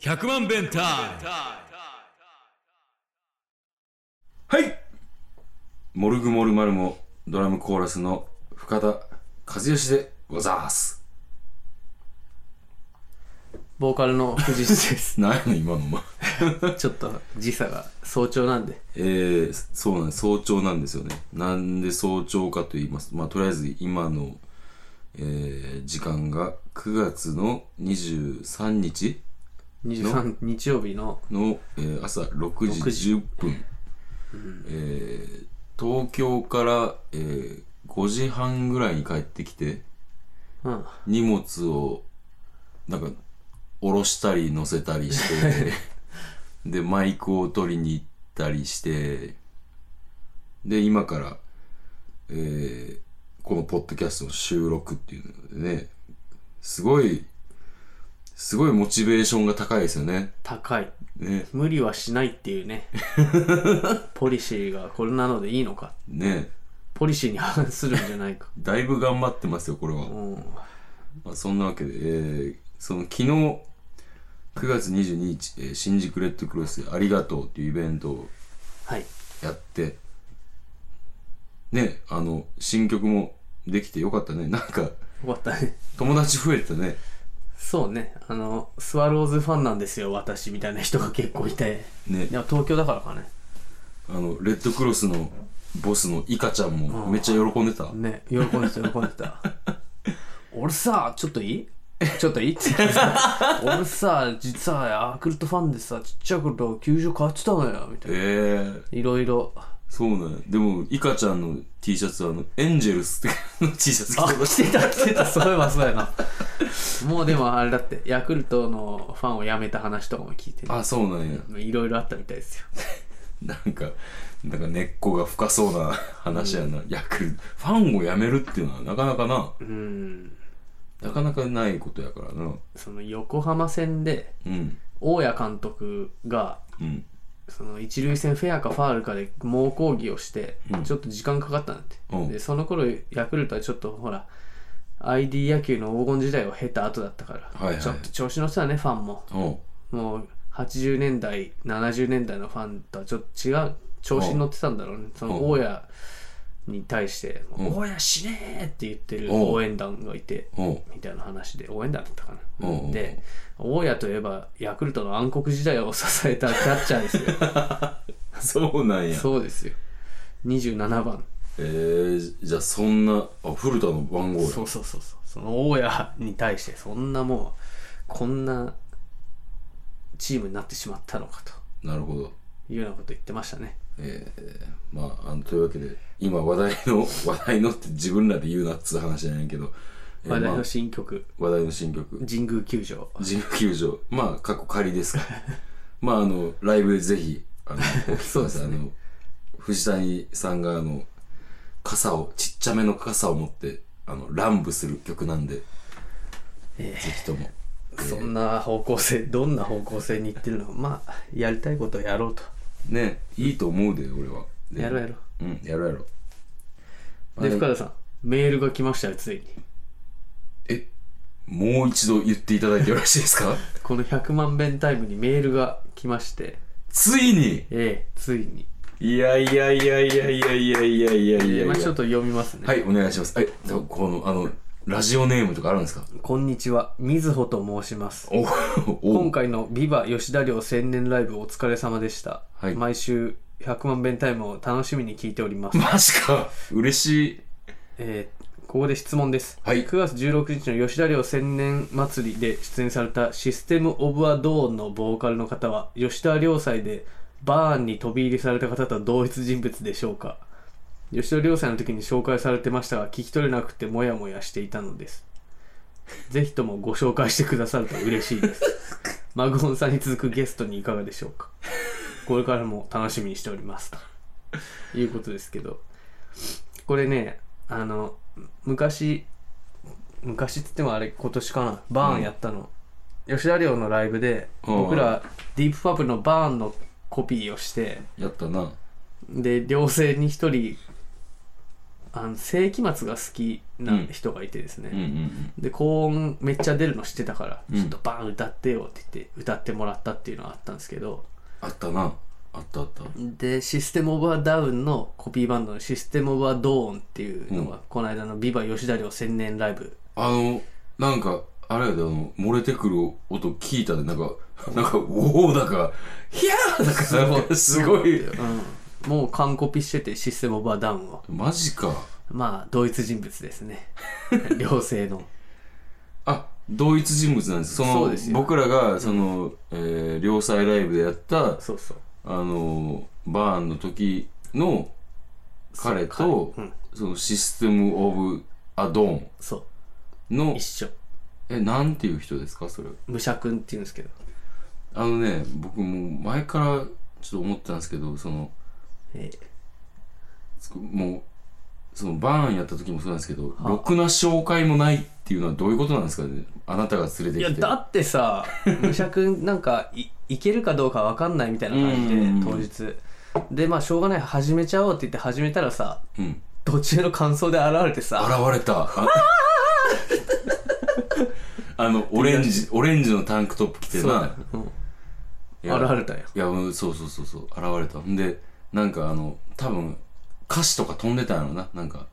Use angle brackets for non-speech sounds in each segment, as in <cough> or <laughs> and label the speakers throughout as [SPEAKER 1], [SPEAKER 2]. [SPEAKER 1] 100万弁タイム
[SPEAKER 2] はいモルグモルマルモドラムコーラスの深田和義でござーす
[SPEAKER 3] ボーカルの藤井 <laughs> です。
[SPEAKER 2] なんやねん今のま
[SPEAKER 3] ちょっと時差が早朝なんで。
[SPEAKER 2] えー、そうなんです早朝なんですよねなんで早朝かと言いますとまあとりあえず今の、えー、時間が9月の23日
[SPEAKER 3] 23日曜日の
[SPEAKER 2] の、えー朝6時
[SPEAKER 3] 6
[SPEAKER 2] 10分、えー東京から、えー5時半ぐらいに帰ってきて
[SPEAKER 3] うん
[SPEAKER 2] 荷物をなんか下ろしたり乗せたりして
[SPEAKER 3] <laughs>
[SPEAKER 2] でマイクを取りに行ったりしてで今から、えーこのポッドキャストの収録っていうのでねすごいすごいモチベーションが高いですよね。
[SPEAKER 3] 高い。
[SPEAKER 2] ね
[SPEAKER 3] 無理はしないっていう <laughs> ね。ポリシーがこれなのでいいのか。
[SPEAKER 2] ね
[SPEAKER 3] ポリシーに反するんじゃないか。 <laughs>
[SPEAKER 2] だいぶ頑張ってますよこれは、
[SPEAKER 3] うん。
[SPEAKER 2] まあ、そんなわけで、えーその昨日9月22日、えー新宿レッドクロスでありがとうっていうイベントを
[SPEAKER 3] はい。
[SPEAKER 2] やってねあの新曲もできてよかったねなんか
[SPEAKER 3] よかったね。
[SPEAKER 2] 友達増えたね
[SPEAKER 3] そうね。あの、スワローズファンなんですよ、私みたいな人が結構いて。
[SPEAKER 2] ね
[SPEAKER 3] いや、東京だからかね。
[SPEAKER 2] あのレッドクロスのボスのイカちゃんもめっちゃ喜んでた
[SPEAKER 3] ね、喜んでた、喜んでた。 <laughs> 俺さ、ちょっといいちょっとい <laughs> いって言って俺さ、実はヤクルトファンでさ、ちっちゃい頃球場買ってたのよ、みたい
[SPEAKER 2] え
[SPEAKER 3] な。
[SPEAKER 2] ー、
[SPEAKER 3] いろい <laughs> ろ。
[SPEAKER 2] そうなんやでもイカちゃんの T シャツはあのエンジェルスの T シャツ着て
[SPEAKER 3] あ
[SPEAKER 2] た、
[SPEAKER 3] 来てた、来てた、そういえばそうやな。もうでもあれだって、ヤクルトのファンを辞めた話とかも聞いてね
[SPEAKER 2] あそうなんや
[SPEAKER 3] いろいろあったみたいですよ。
[SPEAKER 2] なんか、なんか根っこが深そうな話やな。ヤクルト、ファンを辞めるっていうのはなかなかな、
[SPEAKER 3] うん。
[SPEAKER 2] なかなかないことやからな。
[SPEAKER 3] その横浜戦で、
[SPEAKER 2] うん、
[SPEAKER 3] 大谷監督が、
[SPEAKER 2] うん、
[SPEAKER 3] その一塁線フェアかファールかで猛抗議をして、ちょっと時間かかったんだって、
[SPEAKER 2] うん
[SPEAKER 3] でその頃ヤクルトはちょっとほら ID 野球の黄金時代を経た後だったから、
[SPEAKER 2] はいはい
[SPEAKER 3] ちょっと調子乗ってたねファンも
[SPEAKER 2] おう
[SPEAKER 3] もう80年代70年代のファンとはちょっと違う調子に乗ってたんだろうねその大家に対して「
[SPEAKER 2] ん
[SPEAKER 3] 大家死ねえ!」って言ってる
[SPEAKER 2] うん
[SPEAKER 3] 応援団がいて
[SPEAKER 2] おう
[SPEAKER 3] みたいな話で応援団だったかな、
[SPEAKER 2] うん
[SPEAKER 3] で大家といえばヤクルトの暗黒時代を支えたキャッチャーですよ <laughs>
[SPEAKER 2] そうなんや。
[SPEAKER 3] そうですよ。27番。
[SPEAKER 2] えー、じゃあそんな、あ、古田の番号や。
[SPEAKER 3] そうそうそうそう。その大家に対して、そんなもう、こんなチームになってしまったのかと
[SPEAKER 2] なるほど。
[SPEAKER 3] いうようなこと言ってましたね。
[SPEAKER 2] えー、まあ、あの、というわけで、今話題の、 <laughs> 話題のって自分らで言うなっつう話じゃないけど、えー
[SPEAKER 3] 話題
[SPEAKER 2] ま
[SPEAKER 3] の新曲、
[SPEAKER 2] あ話題の新曲、
[SPEAKER 3] 神宮球場。
[SPEAKER 2] 神宮球場まあ過去仮ですからまああのライブでぜひ
[SPEAKER 3] <laughs>
[SPEAKER 2] あの
[SPEAKER 3] そうですね
[SPEAKER 2] あの藤谷さんがあの傘をちっちゃめの傘を持ってあの乱舞する曲なんで、
[SPEAKER 3] え
[SPEAKER 2] ぜひとも
[SPEAKER 3] そんな方向性、どんな方向性に行ってるのか、まあ、やりたいことをやろうと。
[SPEAKER 2] ねいいと思うで俺はで
[SPEAKER 3] やろうやろ
[SPEAKER 2] うんやろうやろ
[SPEAKER 3] う。で、深田さん、メールが来ましたよ、ついに。
[SPEAKER 2] えもう一度言っていただいてよろしいです <laughs> か
[SPEAKER 3] この100万遍タイムにメールが来まして、
[SPEAKER 2] ついに
[SPEAKER 3] ええ、ついに。
[SPEAKER 2] いやいやいやいやいやいやいやいやいやいや
[SPEAKER 3] まあ、ちょっと読みますね。
[SPEAKER 2] はいお願いしますはいじゃあこのあのラジオネームとかあるんですか
[SPEAKER 3] こんにちは、みずほと申します。
[SPEAKER 2] おお
[SPEAKER 3] 今回の「ビバ吉田寮千年ライブお疲れ様でした、
[SPEAKER 2] はい
[SPEAKER 3] 毎週100万遍タイムを楽しみに聞いております、
[SPEAKER 2] マジか嬉しい
[SPEAKER 3] えーここで質問です、
[SPEAKER 2] はい
[SPEAKER 3] 9月16日の吉田寮千年祭りで出演されたシステム・オブ・ア・ドーンのボーカルの方は吉田寮祭でバーンに飛び入りされた方と同一人物でしょうか吉田寮祭の時に紹介されてましたが聞き取れなくてモヤモヤしていたのですぜひともご紹介してくださると嬉し
[SPEAKER 2] <laughs>
[SPEAKER 3] いですマグオンさんに続くゲストにいかがでしょうかこれからも楽しみにしておりますということですけどこれねあの昔昔っつってもあれ今年かなバーンやったの、吉田寮のライブで
[SPEAKER 2] うん
[SPEAKER 3] 僕らディープパブのバーンのコピーをして
[SPEAKER 2] やったな
[SPEAKER 3] で寮生に一人あの世紀末が好きな
[SPEAKER 2] うん
[SPEAKER 3] 人がいてですね、
[SPEAKER 2] うんうん
[SPEAKER 3] で高音めっちゃ出るの知ってたから、
[SPEAKER 2] うん
[SPEAKER 3] ちょっとバーン歌ってよって言って歌ってもらったっていうのがあったんですけど
[SPEAKER 2] あったなあったあった
[SPEAKER 3] でシステム・オブ・ア・ダウンのコピーバンドのシステム・オブ・ア・ドーンっていうのが、
[SPEAKER 2] うん
[SPEAKER 3] この間のビバ吉田寮千年ライブ
[SPEAKER 2] あのなんかあれやであの漏れてくる音聞いたでなんかなんかおおだかひゃーだかなんかすごい
[SPEAKER 3] うん、もう完コピしててシステム・オブ・ア・ダウンを
[SPEAKER 2] マジか
[SPEAKER 3] まあ同一人物です
[SPEAKER 2] <laughs>
[SPEAKER 3] ね両性の
[SPEAKER 2] あ同一人物なんですその
[SPEAKER 3] そうですよ
[SPEAKER 2] 僕らがその、えー両サイライブでやった
[SPEAKER 3] そうそう
[SPEAKER 2] あのバーンの時の彼と
[SPEAKER 3] うん
[SPEAKER 2] そのシステム・オブ・アドー
[SPEAKER 3] そ
[SPEAKER 2] ン
[SPEAKER 3] う
[SPEAKER 2] の
[SPEAKER 3] 一緒
[SPEAKER 2] えなんていう人ですかそれ
[SPEAKER 3] 武者君っていうんですけど
[SPEAKER 2] あのね僕もう前からちょっと思ってたんですけどその
[SPEAKER 3] え
[SPEAKER 2] もうそのバーンやった時もそうなんですけど、ろくな紹介もないっていうのはどういうことなんですかねあなたが連れ
[SPEAKER 3] ーい
[SPEAKER 2] て
[SPEAKER 3] や
[SPEAKER 2] きて
[SPEAKER 3] だっ
[SPEAKER 2] <laughs>
[SPEAKER 3] てさ武者君なんかいいけるかどうかわかんないみたいな感じで
[SPEAKER 2] うん
[SPEAKER 3] 当日でまあしょうがない始めちゃおうって言って始めたらさ
[SPEAKER 2] うん、
[SPEAKER 3] 途中の感想で現れてさ
[SPEAKER 2] 現れたあ <laughs> あのオレンジオレンジのタンクトップ着て
[SPEAKER 3] そうだよ
[SPEAKER 2] な、
[SPEAKER 3] うん
[SPEAKER 2] いや
[SPEAKER 3] 現れたよ
[SPEAKER 2] いやうんそうそうそうそう現れたんでなんかあの多分歌詞とか飛んでたんやろななんか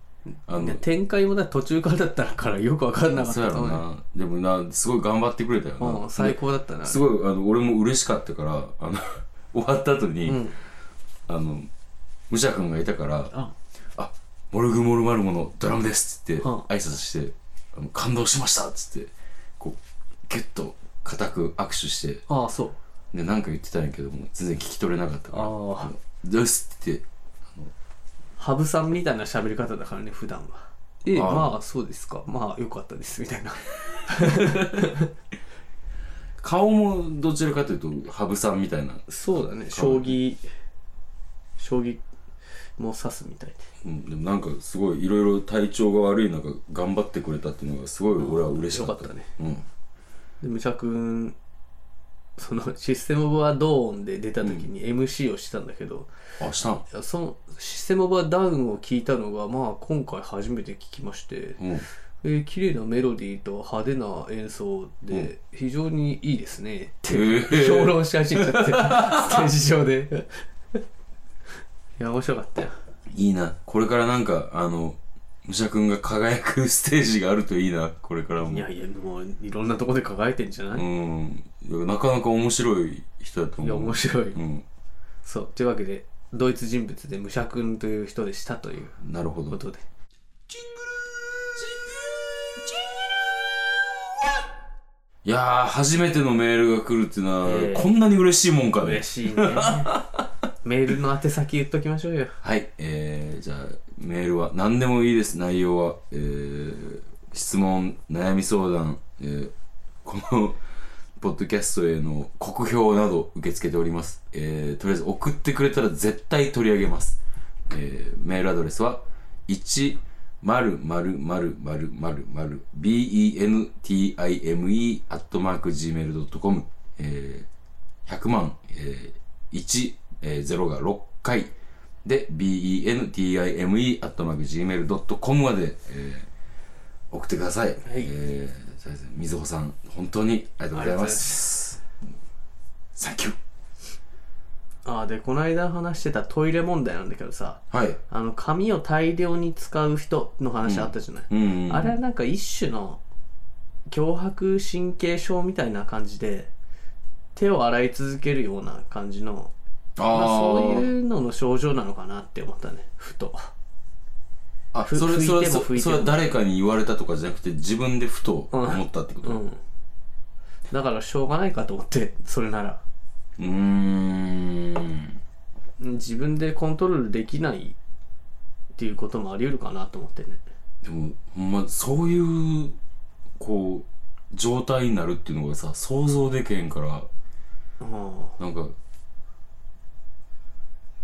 [SPEAKER 2] あ
[SPEAKER 3] いや
[SPEAKER 2] の
[SPEAKER 3] 展開もだ途中からだったからよくわかんなかっ
[SPEAKER 2] そうや
[SPEAKER 3] たと
[SPEAKER 2] ろ
[SPEAKER 3] 思う
[SPEAKER 2] なでもなすごい頑張ってくれたよ
[SPEAKER 3] う
[SPEAKER 2] なん
[SPEAKER 3] 最高だったな
[SPEAKER 2] すごいあの俺も嬉しかったからあの <laughs> 終わった後に、
[SPEAKER 3] ん
[SPEAKER 2] あの武者君がいたから
[SPEAKER 3] あ
[SPEAKER 2] 「あモルグモルマルモのドラムです」っつって
[SPEAKER 3] うん
[SPEAKER 2] 挨拶して「あの感動しました」っつってこうギュッと固く握手して
[SPEAKER 3] ああそう
[SPEAKER 2] でなんか言ってたんやけども全然聞き取れなかったから
[SPEAKER 3] ああ
[SPEAKER 2] あの「です」って
[SPEAKER 3] 羽生さんみたいな喋り方だからね普段はえ
[SPEAKER 2] ああ
[SPEAKER 3] まあそうですかまあよかったですみたいな
[SPEAKER 2] 顔もどちらかというと羽生さんみたいな、
[SPEAKER 3] そうだね将棋将棋も指すみたいで
[SPEAKER 2] うん、でもなんかすごいいろいろ体調が悪い中頑張ってくれたっていうのがすごい俺は嬉し
[SPEAKER 3] よ
[SPEAKER 2] かっ、
[SPEAKER 3] かったたね
[SPEAKER 2] うん
[SPEAKER 3] でむちゃくんそのシステム・オブ・ア・ドーンで出た時に MC をしてたんだけど、
[SPEAKER 2] あしたん
[SPEAKER 3] いやそのシステム・オブ・ア・ダウンを聞いたのがまあ今回初めて聞きまして、
[SPEAKER 2] うん
[SPEAKER 3] えー綺麗なメロディーと派手な演奏
[SPEAKER 2] うん
[SPEAKER 3] で非常にいいですねって
[SPEAKER 2] えー
[SPEAKER 3] 評論し始めちゃって <laughs> ステージ上でいや面白かったよ
[SPEAKER 2] いいな。これからなんか、あの、武者君が輝くステージがあるといいな、これからも。
[SPEAKER 3] いやいやもういろんなとこで輝いてんじゃな
[SPEAKER 2] う
[SPEAKER 3] い、
[SPEAKER 2] ん。いやなかなか面白い人だと思う。
[SPEAKER 3] いや面白い、
[SPEAKER 2] うん。
[SPEAKER 3] そうというわけでドイツ人物で武者君という人でしたという
[SPEAKER 2] なるほ
[SPEAKER 3] こ
[SPEAKER 2] ど。
[SPEAKER 3] とで
[SPEAKER 2] いやー、初めてのメールが来るっていうのは、
[SPEAKER 3] ええ
[SPEAKER 2] こんなに嬉しいもんかね。
[SPEAKER 3] 嬉 <laughs> しいねメールの宛先言っときましょうよ
[SPEAKER 2] はい。えー、じゃあ、メールは何でもいいです、内容は。えー、質問、悩み相談、えー、この、ポッドキャストへの酷評など受け付けております。えー、とりあえず送ってくれたら絶対取り上げます。えー、メールアドレスは、1、〇〇〇〇〇〇 bentime アットマーク gmail.com えー、100万、えー、1、えー、0が6回で bentime アットマーク gmail.com まで、えー、送ってください。えー、とりあえずみずほさん、本当にありがとうございます。サンキュー。
[SPEAKER 3] ああでこの間話してたトイレ問題なんだけどさ
[SPEAKER 2] はい。
[SPEAKER 3] あの紙を大量に使う人の話あったじゃない、
[SPEAKER 2] うん、うん。
[SPEAKER 3] あれはなんか一種の脅迫神経症みたいな感じで手を洗い続けるような感じの
[SPEAKER 2] あ
[SPEAKER 3] まあ
[SPEAKER 2] ー、
[SPEAKER 3] そういうのの症状なのかなって思ったねふと
[SPEAKER 2] あ、
[SPEAKER 3] ふ
[SPEAKER 2] それ、そ
[SPEAKER 3] 拭い
[SPEAKER 2] れ、
[SPEAKER 3] ても拭いて
[SPEAKER 2] そそ
[SPEAKER 3] も
[SPEAKER 2] れは誰かに言われたとかじゃなくて、自分でふと思ったってこと、
[SPEAKER 3] う
[SPEAKER 2] うん
[SPEAKER 3] だからしょうがないかと思ってそれなら
[SPEAKER 2] ーん。
[SPEAKER 3] うん自分でコントロールできないっていうこともあり得るかなと思ってね
[SPEAKER 2] でも、ほんま、そういう、こう、状態になるっていうのがさ、想像できへんから、
[SPEAKER 3] うん
[SPEAKER 2] なんか、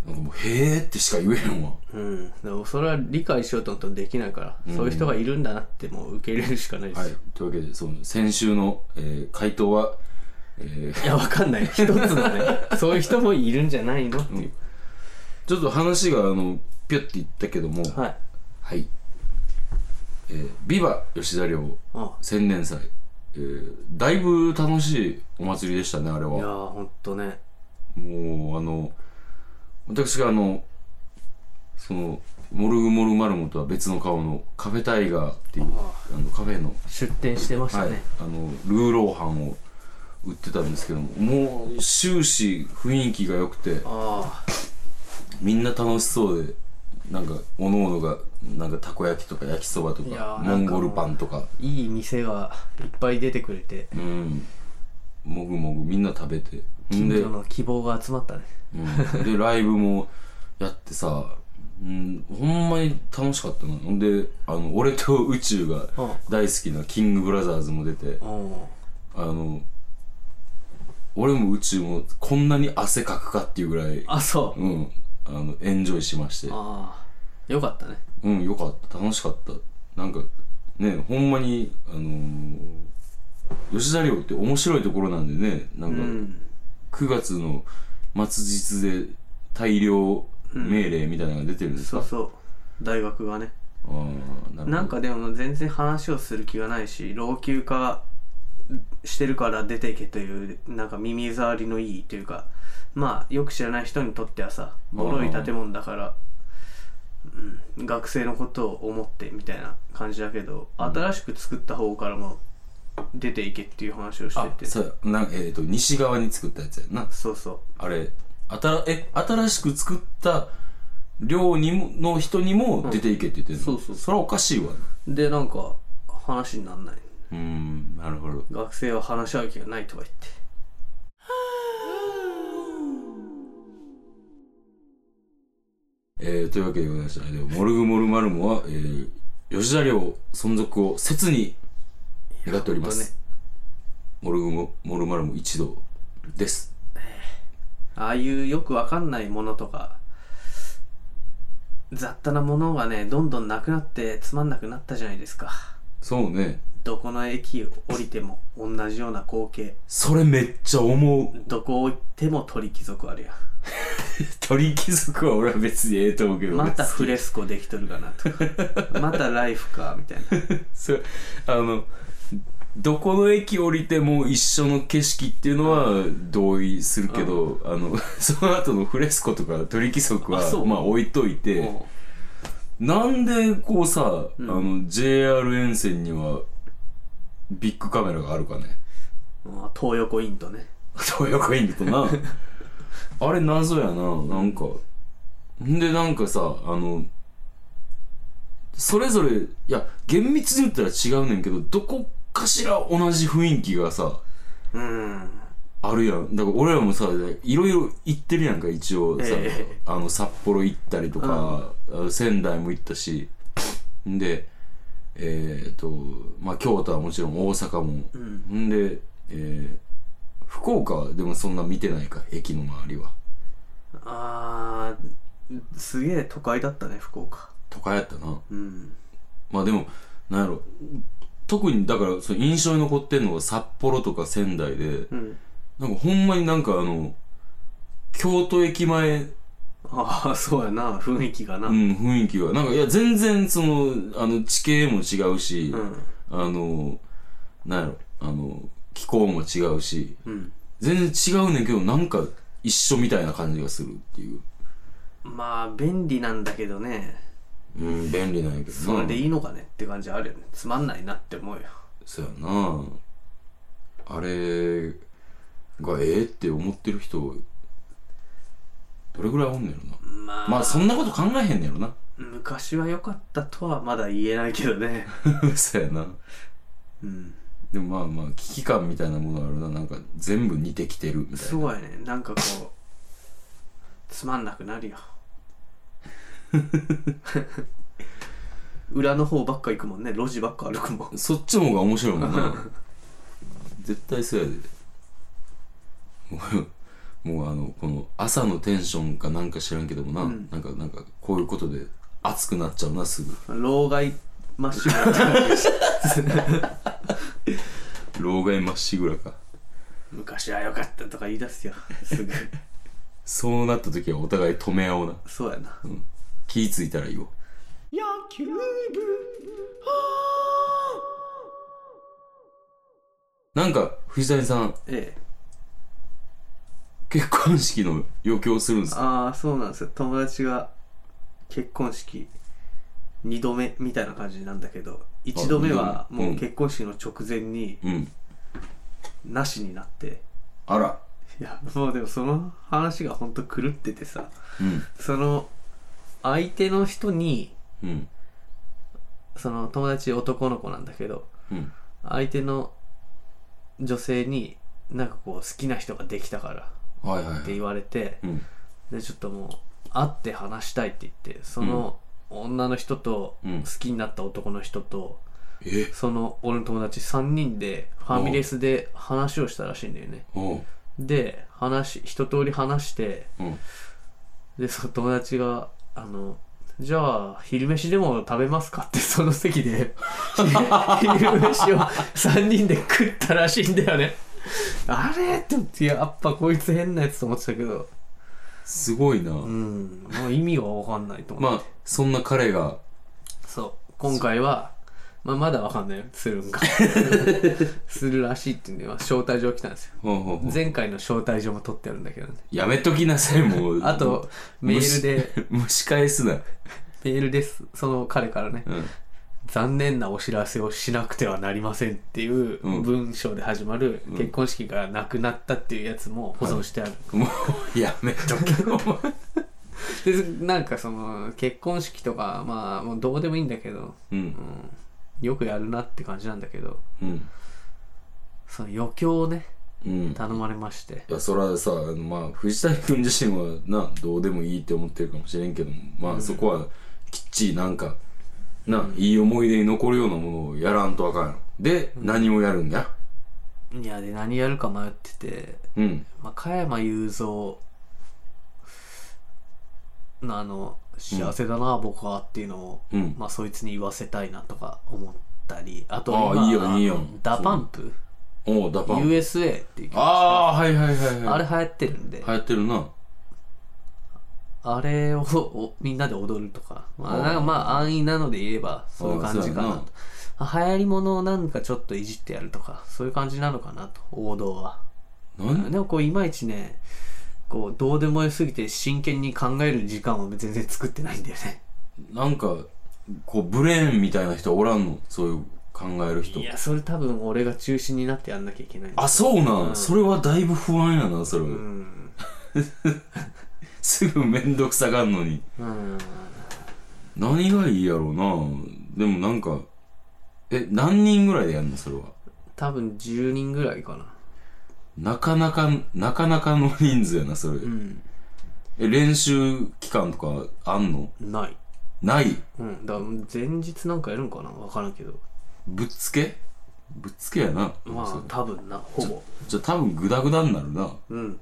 [SPEAKER 2] なんかもう、へーってしか言えへんわ。
[SPEAKER 3] うん、でもそれは理解しようと思ったらできないから、そういう人がいるんだなってもう受け入れるしかないですよ、
[SPEAKER 2] はい、というわけでその先週の、えー回答は、えー
[SPEAKER 3] いや、わかんない。一つ <laughs> のね、そういう人もいるんじゃないのっていう。
[SPEAKER 2] ちょっと話があのピュッていったけども、
[SPEAKER 3] はい。
[SPEAKER 2] はいえービバ吉田寮
[SPEAKER 3] あ
[SPEAKER 2] 千年祭、えーだいぶ楽しいお祭りでしたねあれ
[SPEAKER 3] いや
[SPEAKER 2] は
[SPEAKER 3] ーほんとね
[SPEAKER 2] もうあの私があのそのモルグモルマルモとは別の顔のカフェタイガーっていうあのカフェの
[SPEAKER 3] 出店してました
[SPEAKER 2] はい
[SPEAKER 3] ね、、
[SPEAKER 2] あのルーローハンを売ってたんですけどももう終始雰囲気が良くて
[SPEAKER 3] ああ
[SPEAKER 2] みんな楽しそうでなんかおののがなんかたこ焼きとか焼きそばと
[SPEAKER 3] いや
[SPEAKER 2] か
[SPEAKER 3] ー
[SPEAKER 2] モンゴルパンとか
[SPEAKER 3] いい店がいっぱい出てくれて
[SPEAKER 2] うんもぐもぐみんな食べてん
[SPEAKER 3] 近
[SPEAKER 2] で,、
[SPEAKER 3] 所の希望が集まったね
[SPEAKER 2] うん、でライブもやってさ、うん、ほんまに楽しかったなほんであの俺と宇宙が
[SPEAKER 3] うん
[SPEAKER 2] 大好きなキングブラザーズも出て
[SPEAKER 3] うん
[SPEAKER 2] あの俺も宇宙もこんなに汗かくかっていうぐらい
[SPEAKER 3] あそう、
[SPEAKER 2] うんあのエンジョイしまして
[SPEAKER 3] ああよかったね
[SPEAKER 2] うんよかった楽しかったなんかねほんまにあのー吉田寮って面白いところなんでねな
[SPEAKER 3] うん
[SPEAKER 2] か9
[SPEAKER 3] ん
[SPEAKER 2] 月の末日で大量命令みたいなのが出てるんです
[SPEAKER 3] そ
[SPEAKER 2] か、
[SPEAKER 3] うそう大学がね
[SPEAKER 2] ああ
[SPEAKER 3] なんかでも全然話をする気がないし老朽化してるから出ていけというなんか耳障りのいいというかまあよく知らない人にとってはさボロい建物だから、うん、学生のことを思ってみたいな感じだけど、新しく作った方からも出ていけっていう話をして
[SPEAKER 2] あ
[SPEAKER 3] て
[SPEAKER 2] そうやなんかえっ、と西側に作ったやつやんな
[SPEAKER 3] そうそ
[SPEAKER 2] あれ、あたら、え、新しく作った寮にも、の人にも出ていけって言ってるの、
[SPEAKER 3] うんそうそう
[SPEAKER 2] それはおかしいわ。
[SPEAKER 3] うでなんか話になんないう
[SPEAKER 2] ーん、なるほど。
[SPEAKER 3] 学生は話し合う気がないとか言って
[SPEAKER 2] えー、というわけでございました。でもモルグモルマルモは、えー、吉田寮存続を切に願っております。モルグモモルマルモ一同です。
[SPEAKER 3] ああいうよくわかんないものとか雑多なものがねどんどんなくなってつまんなくなったじゃないですか
[SPEAKER 2] そうね。
[SPEAKER 3] どこの駅を降りても同じような光景
[SPEAKER 2] それめっちゃ思う。
[SPEAKER 3] どこを行っても鳥貴族あるやん
[SPEAKER 2] 鳥貴族は俺は別にええと思うけどね
[SPEAKER 3] またフレスコできとるかなとかまたライフかみたいな
[SPEAKER 2] そあのどこの駅降りても一緒の景色っていうのは同意するけど、あの <laughs> その後のフレスコとか鳥貴族は
[SPEAKER 3] あそう
[SPEAKER 2] まあ置いといて
[SPEAKER 3] も
[SPEAKER 2] なんでこうさ、
[SPEAKER 3] ん
[SPEAKER 2] あの JR 沿線にはビッグカメラがあるかね <laughs>
[SPEAKER 3] うもう東横インとね
[SPEAKER 2] 東横インとなあれ謎やななんかんでなんかさあのそれぞれいや厳密に言ったら違うねんけどどこかしら同じ雰囲気がさ
[SPEAKER 3] うん
[SPEAKER 2] あるやんだから俺らもさいろいろ行ってるやんか一応さ、
[SPEAKER 3] ええ
[SPEAKER 2] あの札幌行ったりとか、あの仙台も行ったしんでえっ、とまあ京都はもちろん大阪も、
[SPEAKER 3] うん
[SPEAKER 2] んで、えー福岡はでもそんな見てないか駅の周りは
[SPEAKER 3] あーすげえ都会だったね福岡
[SPEAKER 2] 都会やったな
[SPEAKER 3] うん
[SPEAKER 2] まあでもなんやろ特にだからその印象に残ってんのが札幌とか仙台で、
[SPEAKER 3] うん
[SPEAKER 2] なんかほんまになんかあの京都駅前
[SPEAKER 3] ああそうやな雰囲気がな、
[SPEAKER 2] うん、雰囲気は。なんか、いや、全然、その、あの、地形も違うし、
[SPEAKER 3] うん
[SPEAKER 2] あの、なんやろ、あの、気候も違うし、
[SPEAKER 3] うん
[SPEAKER 2] 全然違うねんけど、なんか、一緒みたいな感じがするっていう。
[SPEAKER 3] まあ便利なんだけどね
[SPEAKER 2] うん、便利なんやけど
[SPEAKER 3] そ
[SPEAKER 2] な。
[SPEAKER 3] れでいいのかねって感じあるよねつまんないなって思うよ
[SPEAKER 2] そうやなあれがええって思ってる人、どれぐらいおんねやろな。
[SPEAKER 3] まあ、
[SPEAKER 2] まあ、そんなこと考えへんねやろな。 <laughs>
[SPEAKER 3] 昔は良かったとはまだ言えないけど <laughs> ね
[SPEAKER 2] そうやな。
[SPEAKER 3] うん
[SPEAKER 2] でもまあまあ、危機感みたいなものあるな。なんか、全部似てきてるみたいな。
[SPEAKER 3] すごいねなんかこうつまんなくなる <laughs> よ裏の方ばっか行くもんね路地ばっか歩くもん
[SPEAKER 2] そっちの方が面白いもんな絶対そうやで <laughs> もうもうあのこの朝のテンションかなんか知らんけどもな、
[SPEAKER 3] うん
[SPEAKER 2] なんかなんかこういうことで熱くなっちゃうなすぐ
[SPEAKER 3] 老害マッシュみ <laughs> たいな感じ
[SPEAKER 2] 老害まっしぐらか
[SPEAKER 3] 昔は良かったとか言い出すよすぐ
[SPEAKER 2] そうなった時はお互い止
[SPEAKER 3] <laughs>
[SPEAKER 2] め合おうな
[SPEAKER 3] そうやな
[SPEAKER 2] 気ぃついたらいいよ
[SPEAKER 1] 野球部
[SPEAKER 2] なんか、藤谷さん、
[SPEAKER 3] ええ
[SPEAKER 2] 結婚式の余興するんですか
[SPEAKER 3] ああそうなんですよ友達が結婚式2度目みたいな感じなんだけど1度目は
[SPEAKER 2] 二度目
[SPEAKER 3] も
[SPEAKER 2] う
[SPEAKER 3] うん結婚式の直前に
[SPEAKER 2] うん。
[SPEAKER 3] なしになって
[SPEAKER 2] あら。
[SPEAKER 3] いやもうでもその話がほんと狂っててさ
[SPEAKER 2] うん。
[SPEAKER 3] その相手の人に
[SPEAKER 2] うん。
[SPEAKER 3] その友達男の子なんだけど
[SPEAKER 2] うん。
[SPEAKER 3] 相手の女性になんかこう好きな人ができたから
[SPEAKER 2] はいはい
[SPEAKER 3] っ
[SPEAKER 2] は
[SPEAKER 3] て
[SPEAKER 2] い。
[SPEAKER 3] 言われて
[SPEAKER 2] うん。
[SPEAKER 3] でちょっともう会って話したいって言ってその女の人と
[SPEAKER 2] うん
[SPEAKER 3] 好きになった男の人と
[SPEAKER 2] え
[SPEAKER 3] その俺の友達3人でファミレスで話をしたらしいんだよね
[SPEAKER 2] おう。
[SPEAKER 3] で話一通り話して
[SPEAKER 2] うん。
[SPEAKER 3] でその友達があのじゃあ昼飯でも食べますかってその席で <laughs> 昼飯を3人で食ったらしいんだよねあれって思ってやっぱこいつ変なやつと思ってたけど
[SPEAKER 2] すごいな。
[SPEAKER 3] うんもう意味が分かんないと思って、
[SPEAKER 2] まあ、そんな彼が、
[SPEAKER 3] そう今回は、まあ、まだ分かんないよする
[SPEAKER 2] <laughs>
[SPEAKER 3] んかするらしいっていうんで、まあ招待状来たんですよ
[SPEAKER 2] ほうほうほう
[SPEAKER 3] 前回の招待状も取ってあるんだけどね
[SPEAKER 2] やめときなさい、もう。
[SPEAKER 3] あとメールで
[SPEAKER 2] 蒸し、蒸し返すな。
[SPEAKER 3] メールですその彼からね
[SPEAKER 2] うん。
[SPEAKER 3] 残念なお知らせをしなくてはなりませんっていう
[SPEAKER 2] うん
[SPEAKER 3] 文章で始まる
[SPEAKER 2] ん
[SPEAKER 3] 結婚式がなくなったっていうやつも保存してある、
[SPEAKER 2] もう、やめと
[SPEAKER 3] <laughs>
[SPEAKER 2] け、お前。
[SPEAKER 3] でなんかその結婚式とかまあもうどうでもいいんだけど、
[SPEAKER 2] う。
[SPEAKER 3] うんん、よくやるなって感じなんだけど
[SPEAKER 2] うん。
[SPEAKER 3] その余興をね
[SPEAKER 2] うん。
[SPEAKER 3] 頼まれまして
[SPEAKER 2] いや、そらさ、あのまあ、藤谷君自身はな、どうでもいいって思ってるかもしれんけども、まあ、そこは、きっちりなんか、な、いい思い出に残るようなものをやらんとあかんやろ。で、何をやるんだ
[SPEAKER 3] いやで何やるか迷ってて、
[SPEAKER 2] うん。
[SPEAKER 3] まあ、加山雄三のあの幸せだな、僕はっていうのを
[SPEAKER 2] うん。
[SPEAKER 3] まあ、そいつに言わせたいなとか思ったりあと
[SPEAKER 2] ああ
[SPEAKER 3] 今
[SPEAKER 2] いいよいいよ
[SPEAKER 3] あのダパンプ
[SPEAKER 2] おう、ダパン。
[SPEAKER 3] USA っていう曲
[SPEAKER 2] ああ、はいはいはいはい。
[SPEAKER 3] あれ流行ってるんで、
[SPEAKER 2] 流行ってるな。
[SPEAKER 3] あれをおみんなで踊るとか,、まあ、
[SPEAKER 2] ああ
[SPEAKER 3] なんかまあ安易なので言えばそういう感じか
[SPEAKER 2] ああ
[SPEAKER 3] なと流行りものをなんかちょっといじってやるとかそういう感じなのかなと王道は
[SPEAKER 2] なん
[SPEAKER 3] でもこういまいちねこうどうでもよすぎて真剣に考える時間を全然作ってないんだよね
[SPEAKER 2] なんか、こう、ブレーンみたいな人おらんのそういう考える人
[SPEAKER 3] い。やそれ多分俺が中心になってやんなきゃいけないんだ
[SPEAKER 2] あ、そうなん、
[SPEAKER 3] うん
[SPEAKER 2] それはだいぶ不安やな、それ。
[SPEAKER 3] うん
[SPEAKER 2] <laughs> すぐめんどくさがんのに。
[SPEAKER 3] うん
[SPEAKER 2] 何がいいやろうなでもなんか、え、何人ぐらいでやるのそれは。
[SPEAKER 3] 多分10人ぐらいかな
[SPEAKER 2] なかなか、なかなかの人数やな、それ。
[SPEAKER 3] うん
[SPEAKER 2] え、練習期間とかあんの
[SPEAKER 3] ない
[SPEAKER 2] ない
[SPEAKER 3] うんだから前日なんかやるんかな分からんけど
[SPEAKER 2] ぶっつけぶっつけやな。
[SPEAKER 3] まあ多分なほぼ
[SPEAKER 2] じゃ、多分グダグダになるな。
[SPEAKER 3] うん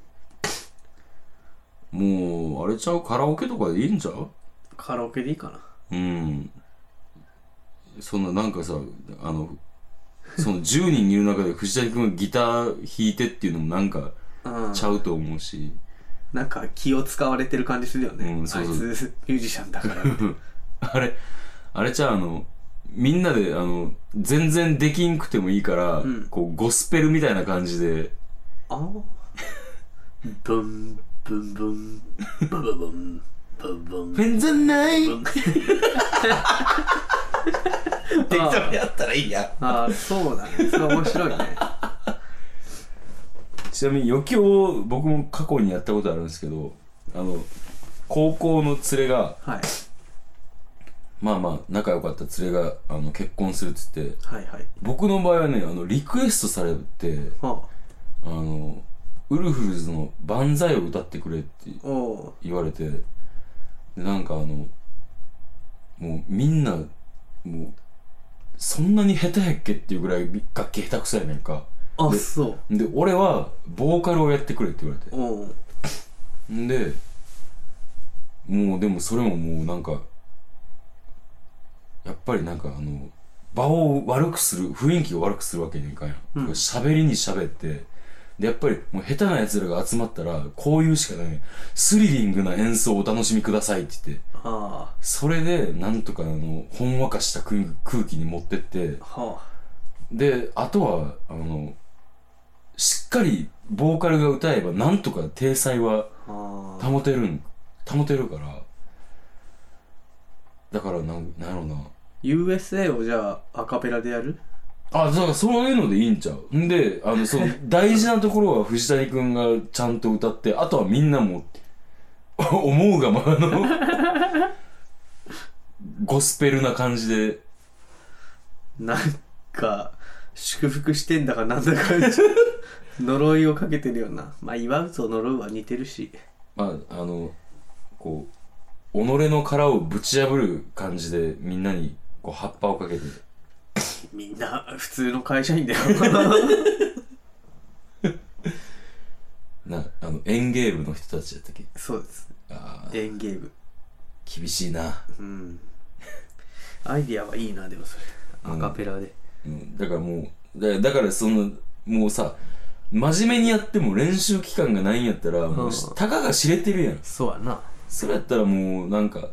[SPEAKER 2] もう、あれちゃうカラオケとかでいいんちゃう
[SPEAKER 3] カラオケでいいかな
[SPEAKER 2] うん。そんな、なんかさ、あの、その10人いる中で藤谷君がギター弾いてっていうのもなんか
[SPEAKER 3] うん
[SPEAKER 2] ちゃうと思うし。
[SPEAKER 3] なんか気を使われてる感じするよね、
[SPEAKER 2] うんそうそう
[SPEAKER 3] あいつミュージシャンだから
[SPEAKER 2] <laughs> あれ、あれじゃあ、あの、みんなで、あの、全然できんくてもいいから、
[SPEAKER 3] ん
[SPEAKER 2] こう、ゴスペルみたいな感じで、
[SPEAKER 3] あんブンブンブンブブブンブンブン
[SPEAKER 2] 全然ない
[SPEAKER 3] ブン
[SPEAKER 2] 適やったらいいや。
[SPEAKER 3] ああそうだねそれ面白いね
[SPEAKER 2] ちなみに余興を僕も過去にやったことあるんですけど、あの、高校の連れが、
[SPEAKER 3] はい
[SPEAKER 2] まあまあ、仲良かった連れが、あの、結婚するっつって、
[SPEAKER 3] はいはい
[SPEAKER 2] 僕の場合はね、あの、リクエストされて、
[SPEAKER 3] は
[SPEAKER 2] あの、ウルフルズの万歳を歌ってくれって
[SPEAKER 3] あお
[SPEAKER 2] 言われてでなんかあのもうみんなもうそんなに下手やっけっていうぐらい楽器下手くそやねんか
[SPEAKER 3] おあ
[SPEAKER 2] で
[SPEAKER 3] そう
[SPEAKER 2] で俺はボーカルをやってくれって言われて
[SPEAKER 3] おお
[SPEAKER 2] んでもうでもそれももうなんかやっぱりなんかあの場を悪くする雰囲気を悪くするわけにいかんや
[SPEAKER 3] うん
[SPEAKER 2] ん喋りに喋ってでやっぱりもう下手なやつらが集まったらこういうしかないスリリングな演奏をお楽しみくださいって言って
[SPEAKER 3] あは
[SPEAKER 2] それでなんとかあのほんわかした空空気に持ってって
[SPEAKER 3] あは
[SPEAKER 2] であとはあのしっかりボーカルが歌えばなんとか体裁は
[SPEAKER 3] あはあ
[SPEAKER 2] 保てるん保てるからだからなんなんやろうな
[SPEAKER 3] USA をじゃあアカペラでやる
[SPEAKER 2] あだからそういうのでいいんちゃうんであのその大事なところは藤谷君がちゃんと歌ってあとはみんなも <laughs> 思うがままのゴスペルな感じで
[SPEAKER 3] なんか祝福してんだかなんだか呪いをかけてるようなまあ祝うと呪うは似てるし
[SPEAKER 2] まああのこう己の殻をぶち破る感じでみんなにこう葉っぱをかけて
[SPEAKER 3] みんな普通の会社
[SPEAKER 2] <laughs>
[SPEAKER 3] 員だよ
[SPEAKER 2] なあの園芸部の人たちだったっけ
[SPEAKER 3] そうです
[SPEAKER 2] ああ
[SPEAKER 3] 園芸部
[SPEAKER 2] 厳しいな、
[SPEAKER 3] うんアイディアはいいなでもそれアカペラで、
[SPEAKER 2] うん、だからもうだだからそのもうさ真面目にやっても練習期間がないんやったらもうし
[SPEAKER 3] うん
[SPEAKER 2] たかが知れてるやん
[SPEAKER 3] そうやな
[SPEAKER 2] それやったらもうなんか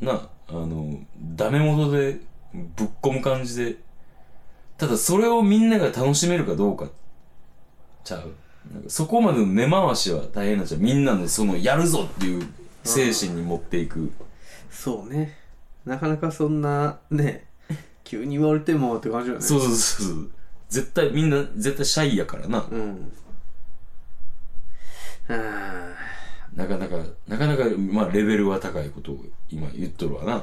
[SPEAKER 2] なあのダメ元でぶっ込む感じでただそれをみんなが楽しめるかどうかちゃうなんかそこまでの根回しは大変なんちゃうみんなのそのやるぞっていう精神に持っていく
[SPEAKER 3] そうねなかなかそんなね急に言われてもって感じだよね
[SPEAKER 2] そうそうそうそう絶対みんな絶対シャイやからな
[SPEAKER 3] うんあ
[SPEAKER 2] なかなかなかなかまあレベルは高いことを今言っとるわな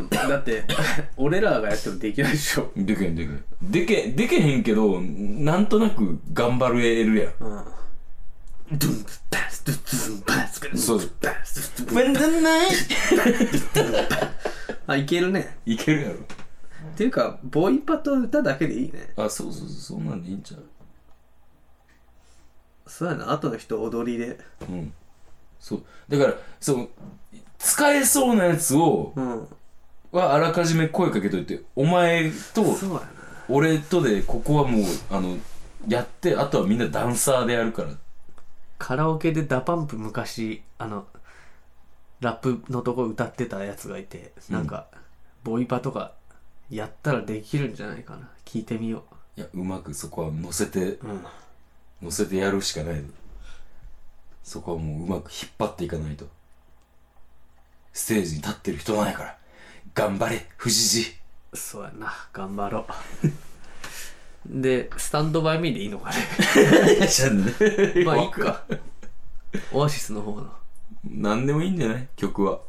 [SPEAKER 3] ーだって <laughs> 俺らがやってもできないでしょ
[SPEAKER 2] でけんでけんでけでけへんけどなんとなく頑張れるやん
[SPEAKER 3] うんドゥンバスドゥンバスドゥンバス
[SPEAKER 2] そうです
[SPEAKER 3] ドゥンバスドゥンバス
[SPEAKER 2] んでない
[SPEAKER 3] あいけるね
[SPEAKER 2] いけるやろ
[SPEAKER 3] っていうかボイパと歌だけでいいね
[SPEAKER 2] あそうそうそうそんなんでいいんちゃう
[SPEAKER 3] そうやな後の人踊りで
[SPEAKER 2] うんそうだからその使えそうなやつを
[SPEAKER 3] うん
[SPEAKER 2] はあらかじめ声かけといてお前と
[SPEAKER 3] そうやな
[SPEAKER 2] 俺とでここはもうあのやってあとはみんなダンサーでやるから
[SPEAKER 3] カラオケでダパンプ昔あのラップのとこ歌ってたやつがいてなんか、ボイパとかやったらできるんじゃないかな聞いてみよ
[SPEAKER 2] いやうまくそこは乗せて
[SPEAKER 3] ううん
[SPEAKER 2] 乗せてやるしかないそこはもううまく引っ張っていかないとステージに立ってる人なんやから頑張れ <laughs> 藤路
[SPEAKER 3] そうやな頑張ろう <laughs> でスタンドバイミーでいいのかねまあ <laughs> いいかオアシスの方の
[SPEAKER 2] 何でもいいんじゃない曲は、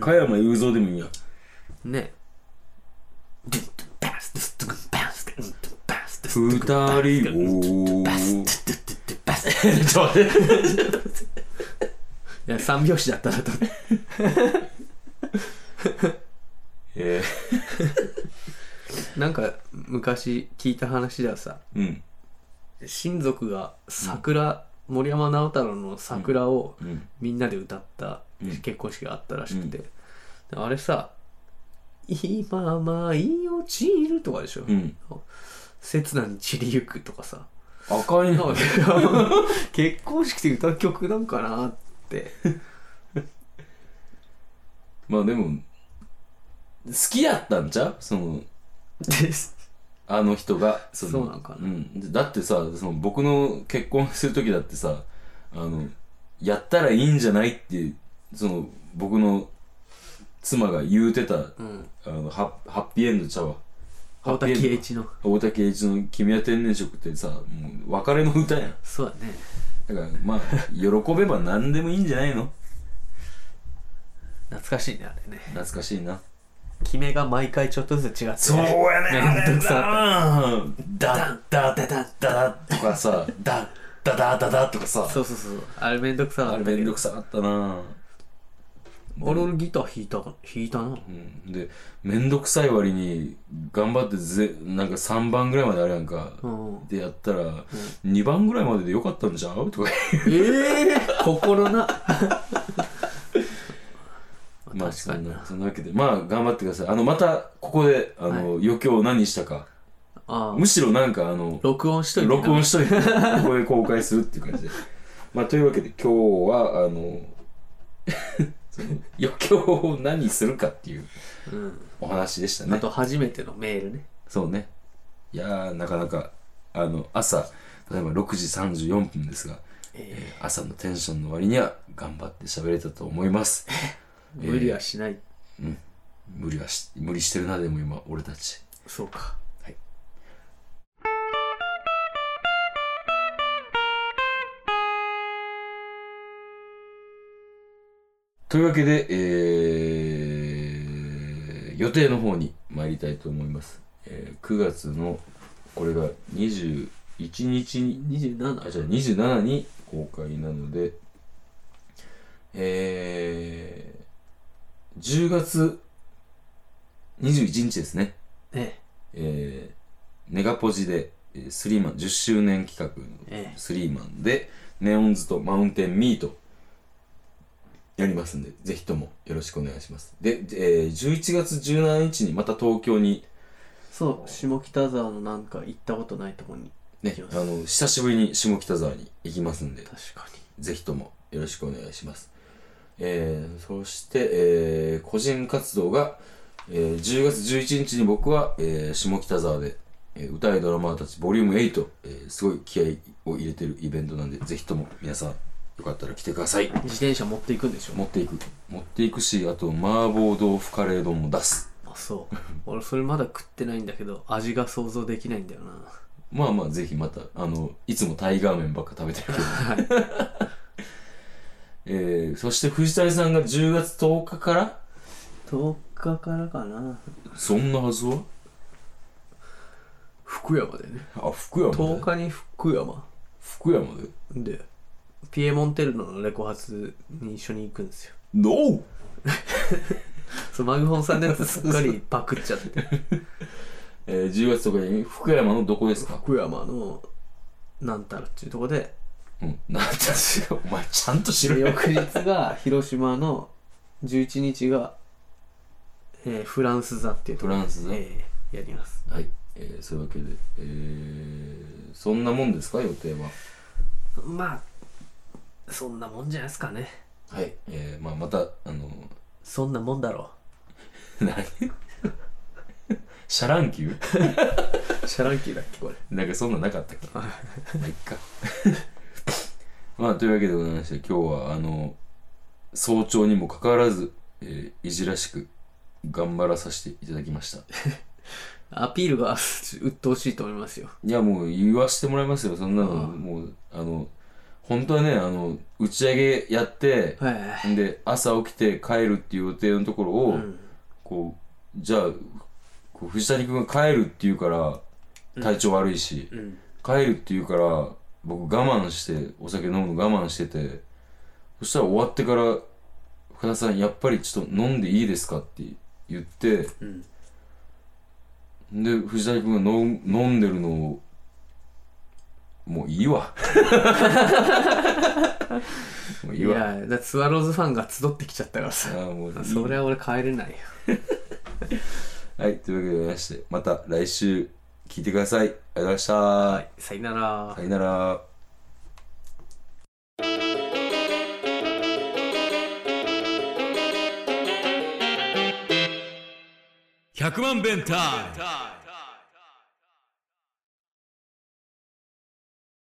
[SPEAKER 2] 加山雄三でもいいや
[SPEAKER 3] ねドゥンドゥンバンスドゥンドゥンバンスドゥンドゥンバンスドゥン
[SPEAKER 2] 二人を
[SPEAKER 3] ドゥンドゥンバンス
[SPEAKER 2] ちょっと待って
[SPEAKER 3] <laughs> いや三拍子だったなと思って
[SPEAKER 2] え
[SPEAKER 3] なんか昔聞いた話ではさ
[SPEAKER 2] ーうん
[SPEAKER 3] 親族が桜、森山直太朗の「桜」を
[SPEAKER 2] うん
[SPEAKER 3] みんなで歌った
[SPEAKER 2] うん
[SPEAKER 3] 結婚式があったらしくて、であれさ「今舞い落ちる」とかでしょ
[SPEAKER 2] うん
[SPEAKER 3] 「刹那に散りゆく」とかさ
[SPEAKER 2] 赤い
[SPEAKER 3] な
[SPEAKER 2] なん
[SPEAKER 3] か <laughs> 結婚式で歌う曲なんかなって
[SPEAKER 2] まあでも好きやったんちゃうその
[SPEAKER 3] です
[SPEAKER 2] あの人がその
[SPEAKER 3] そうなんかな
[SPEAKER 2] うん、だってさその僕の結婚する時だってさあのやったらいいんじゃないってその僕の妻が言うてた
[SPEAKER 3] うん
[SPEAKER 2] あのハハッピーエンドちゃうわ
[SPEAKER 3] 青田喜一の
[SPEAKER 2] 大竹栄一の「君は天然色」ってさもう別れの歌やん
[SPEAKER 3] そうだね
[SPEAKER 2] だから <laughs> まあ喜べば何でもいいんじゃないの
[SPEAKER 3] 懐かしいねあれね
[SPEAKER 2] 懐かしいな
[SPEAKER 3] 決めが毎回ちょっとずつ違って
[SPEAKER 2] や
[SPEAKER 3] ね
[SPEAKER 2] めんどくさ
[SPEAKER 3] ダ
[SPEAKER 2] だ
[SPEAKER 3] ンダンダンダン
[SPEAKER 2] だだとかさだだだだだとかさ
[SPEAKER 3] そうそうそうあれめんどくさ
[SPEAKER 2] あ
[SPEAKER 3] か
[SPEAKER 2] れ
[SPEAKER 3] った
[SPEAKER 2] め
[SPEAKER 3] け
[SPEAKER 2] ん
[SPEAKER 3] ど
[SPEAKER 2] どくさかったな
[SPEAKER 3] 俺俺ギター弾いたか弾いたな
[SPEAKER 2] うんでめんどくさい割に頑張ってぜなんか3番ぐらいまであれやんか、
[SPEAKER 3] うん
[SPEAKER 2] でやったら、二2番ぐらいまででよかったんじゃうと
[SPEAKER 3] <laughs>
[SPEAKER 2] か
[SPEAKER 3] ええ心な
[SPEAKER 2] まあ
[SPEAKER 3] 確
[SPEAKER 2] そ
[SPEAKER 3] かに
[SPEAKER 2] ん
[SPEAKER 3] な
[SPEAKER 2] なそんなわけでまあ頑張ってくださいあのまたここであの、余興を何したか
[SPEAKER 3] ああ
[SPEAKER 2] むしろなんかあの
[SPEAKER 3] 録音しといてな
[SPEAKER 2] 録音しとい
[SPEAKER 3] <laughs>
[SPEAKER 2] てここで公開するっていう感じでまあというわけで今日はあのその余興を何するかっていう
[SPEAKER 3] うん。
[SPEAKER 2] お話でした
[SPEAKER 3] あ
[SPEAKER 2] ね
[SPEAKER 3] と、初めてのメールね。
[SPEAKER 2] そうねいやーなかなかあの朝例えば6時34分ですが
[SPEAKER 3] え
[SPEAKER 2] 朝のテンションの割には頑張って喋れたと思います
[SPEAKER 3] ー無理はしない。
[SPEAKER 2] 無理はし無理してるなでも今俺たち
[SPEAKER 3] そうか。
[SPEAKER 2] はい。というわけで、えー予定の方に参りたいと思います、えー9月のこれが21日にあじゃあ
[SPEAKER 3] 27。
[SPEAKER 2] 27に公開なのでえー、10月21日ですね
[SPEAKER 3] え
[SPEAKER 2] えーネガポジで、えースリーマン10周年企
[SPEAKER 3] え。え
[SPEAKER 2] 画スリーマンでネオンズとマウンテンミートやりますんでぜひともよろしくお願いしますで、えー11月17日にまた東京に
[SPEAKER 3] え。そう、下北沢のなんか行ったことないとこに。
[SPEAKER 2] ね
[SPEAKER 3] 行きます
[SPEAKER 2] あの久しぶりに下北沢に行きますんで
[SPEAKER 3] 確かに。
[SPEAKER 2] ぜひともよろしくお願いします。えー、そして、えー、個人活動が、えー、10月11日に僕は、えー、下北沢で、えー、歌いドラマーたちボリューム8、えー、すごい気合を入れてるイベントなんで、ぜひとも皆さん、よかったら来てください。
[SPEAKER 3] 自転車持っていくんでしょ
[SPEAKER 2] 持っていく。持っていくし、あと、麻婆豆腐カレー丼も出す。
[SPEAKER 3] あそう。俺それまだ食ってないんだけど、味が想像できないんだよな。
[SPEAKER 2] まあまあ、ぜひまた、あの、いつもタイガー麺ばっか食べてるけど。 <laughs> えー、そして藤谷さんが10月10日から
[SPEAKER 3] 10日からかな。
[SPEAKER 2] そんなはずは
[SPEAKER 3] 福山でね。
[SPEAKER 2] あ、福山で
[SPEAKER 3] 10日に福山。
[SPEAKER 2] 福山で
[SPEAKER 3] で、ピエモンテルノのレコ発に一緒に行くんですよ。
[SPEAKER 2] No!
[SPEAKER 3] そうマグホンさんのやつすっかりパクっちゃ <laughs> って。
[SPEAKER 2] えー、10月とかに福山のどこですか
[SPEAKER 3] 福山の、なんたらっていうとこで、
[SPEAKER 2] うん。なんて違 <laughs> う。お前ちゃんと知
[SPEAKER 3] で
[SPEAKER 2] るよ。
[SPEAKER 3] 翌日が広島の11日が、えーフランス座っていうと
[SPEAKER 2] フ
[SPEAKER 3] こ
[SPEAKER 2] ランス
[SPEAKER 3] ろ
[SPEAKER 2] で。
[SPEAKER 3] で、えーやります
[SPEAKER 2] はい。えー、そういうわけで。えー、そんなもんですか予定は。
[SPEAKER 3] まあそんなもんじゃないですかね
[SPEAKER 2] はい。えー、まあまた、あの <laughs>
[SPEAKER 3] そんなもんだろ
[SPEAKER 2] ー、何 <laughs> シャランキュー
[SPEAKER 3] うシャランキーだっけこれ
[SPEAKER 2] なんかそんなんなかったっけまあ、いっか。 <laughs> まあ、というわけでございまして、今日は、あの早朝にもかかわらず、えー、いじらしく頑張らさせていただきました。
[SPEAKER 3] アピールが鬱陶しいと思いますよ
[SPEAKER 2] いやもう言わしてもらいますよそんなの
[SPEAKER 3] ああ
[SPEAKER 2] もうあの本当はねあの打ち上げやって、
[SPEAKER 3] はい
[SPEAKER 2] で朝起きて帰るっていう予定のところを、
[SPEAKER 3] うん
[SPEAKER 2] こうじゃあこう藤谷君が帰るっていうから体調悪いし、
[SPEAKER 3] うん
[SPEAKER 2] 帰るっていうから僕我慢してお酒飲むの我慢しててそしたら終わってから「深田さんやっぱりちょっと飲んでいいですか?」って言って
[SPEAKER 3] うん
[SPEAKER 2] で藤谷君が飲ん飲んでるのをもういい
[SPEAKER 3] <laughs>
[SPEAKER 2] わもうい
[SPEAKER 3] い
[SPEAKER 2] いわ
[SPEAKER 3] やだってスワローズファンが集ってきちゃったから
[SPEAKER 2] あ
[SPEAKER 3] さ
[SPEAKER 2] ーもういい
[SPEAKER 3] それは俺帰れないよ
[SPEAKER 2] はいというわけでございましてまた来週聞いてくださいありがとうございました、
[SPEAKER 3] はいさよなら
[SPEAKER 2] さよなら
[SPEAKER 1] 100万弁タイム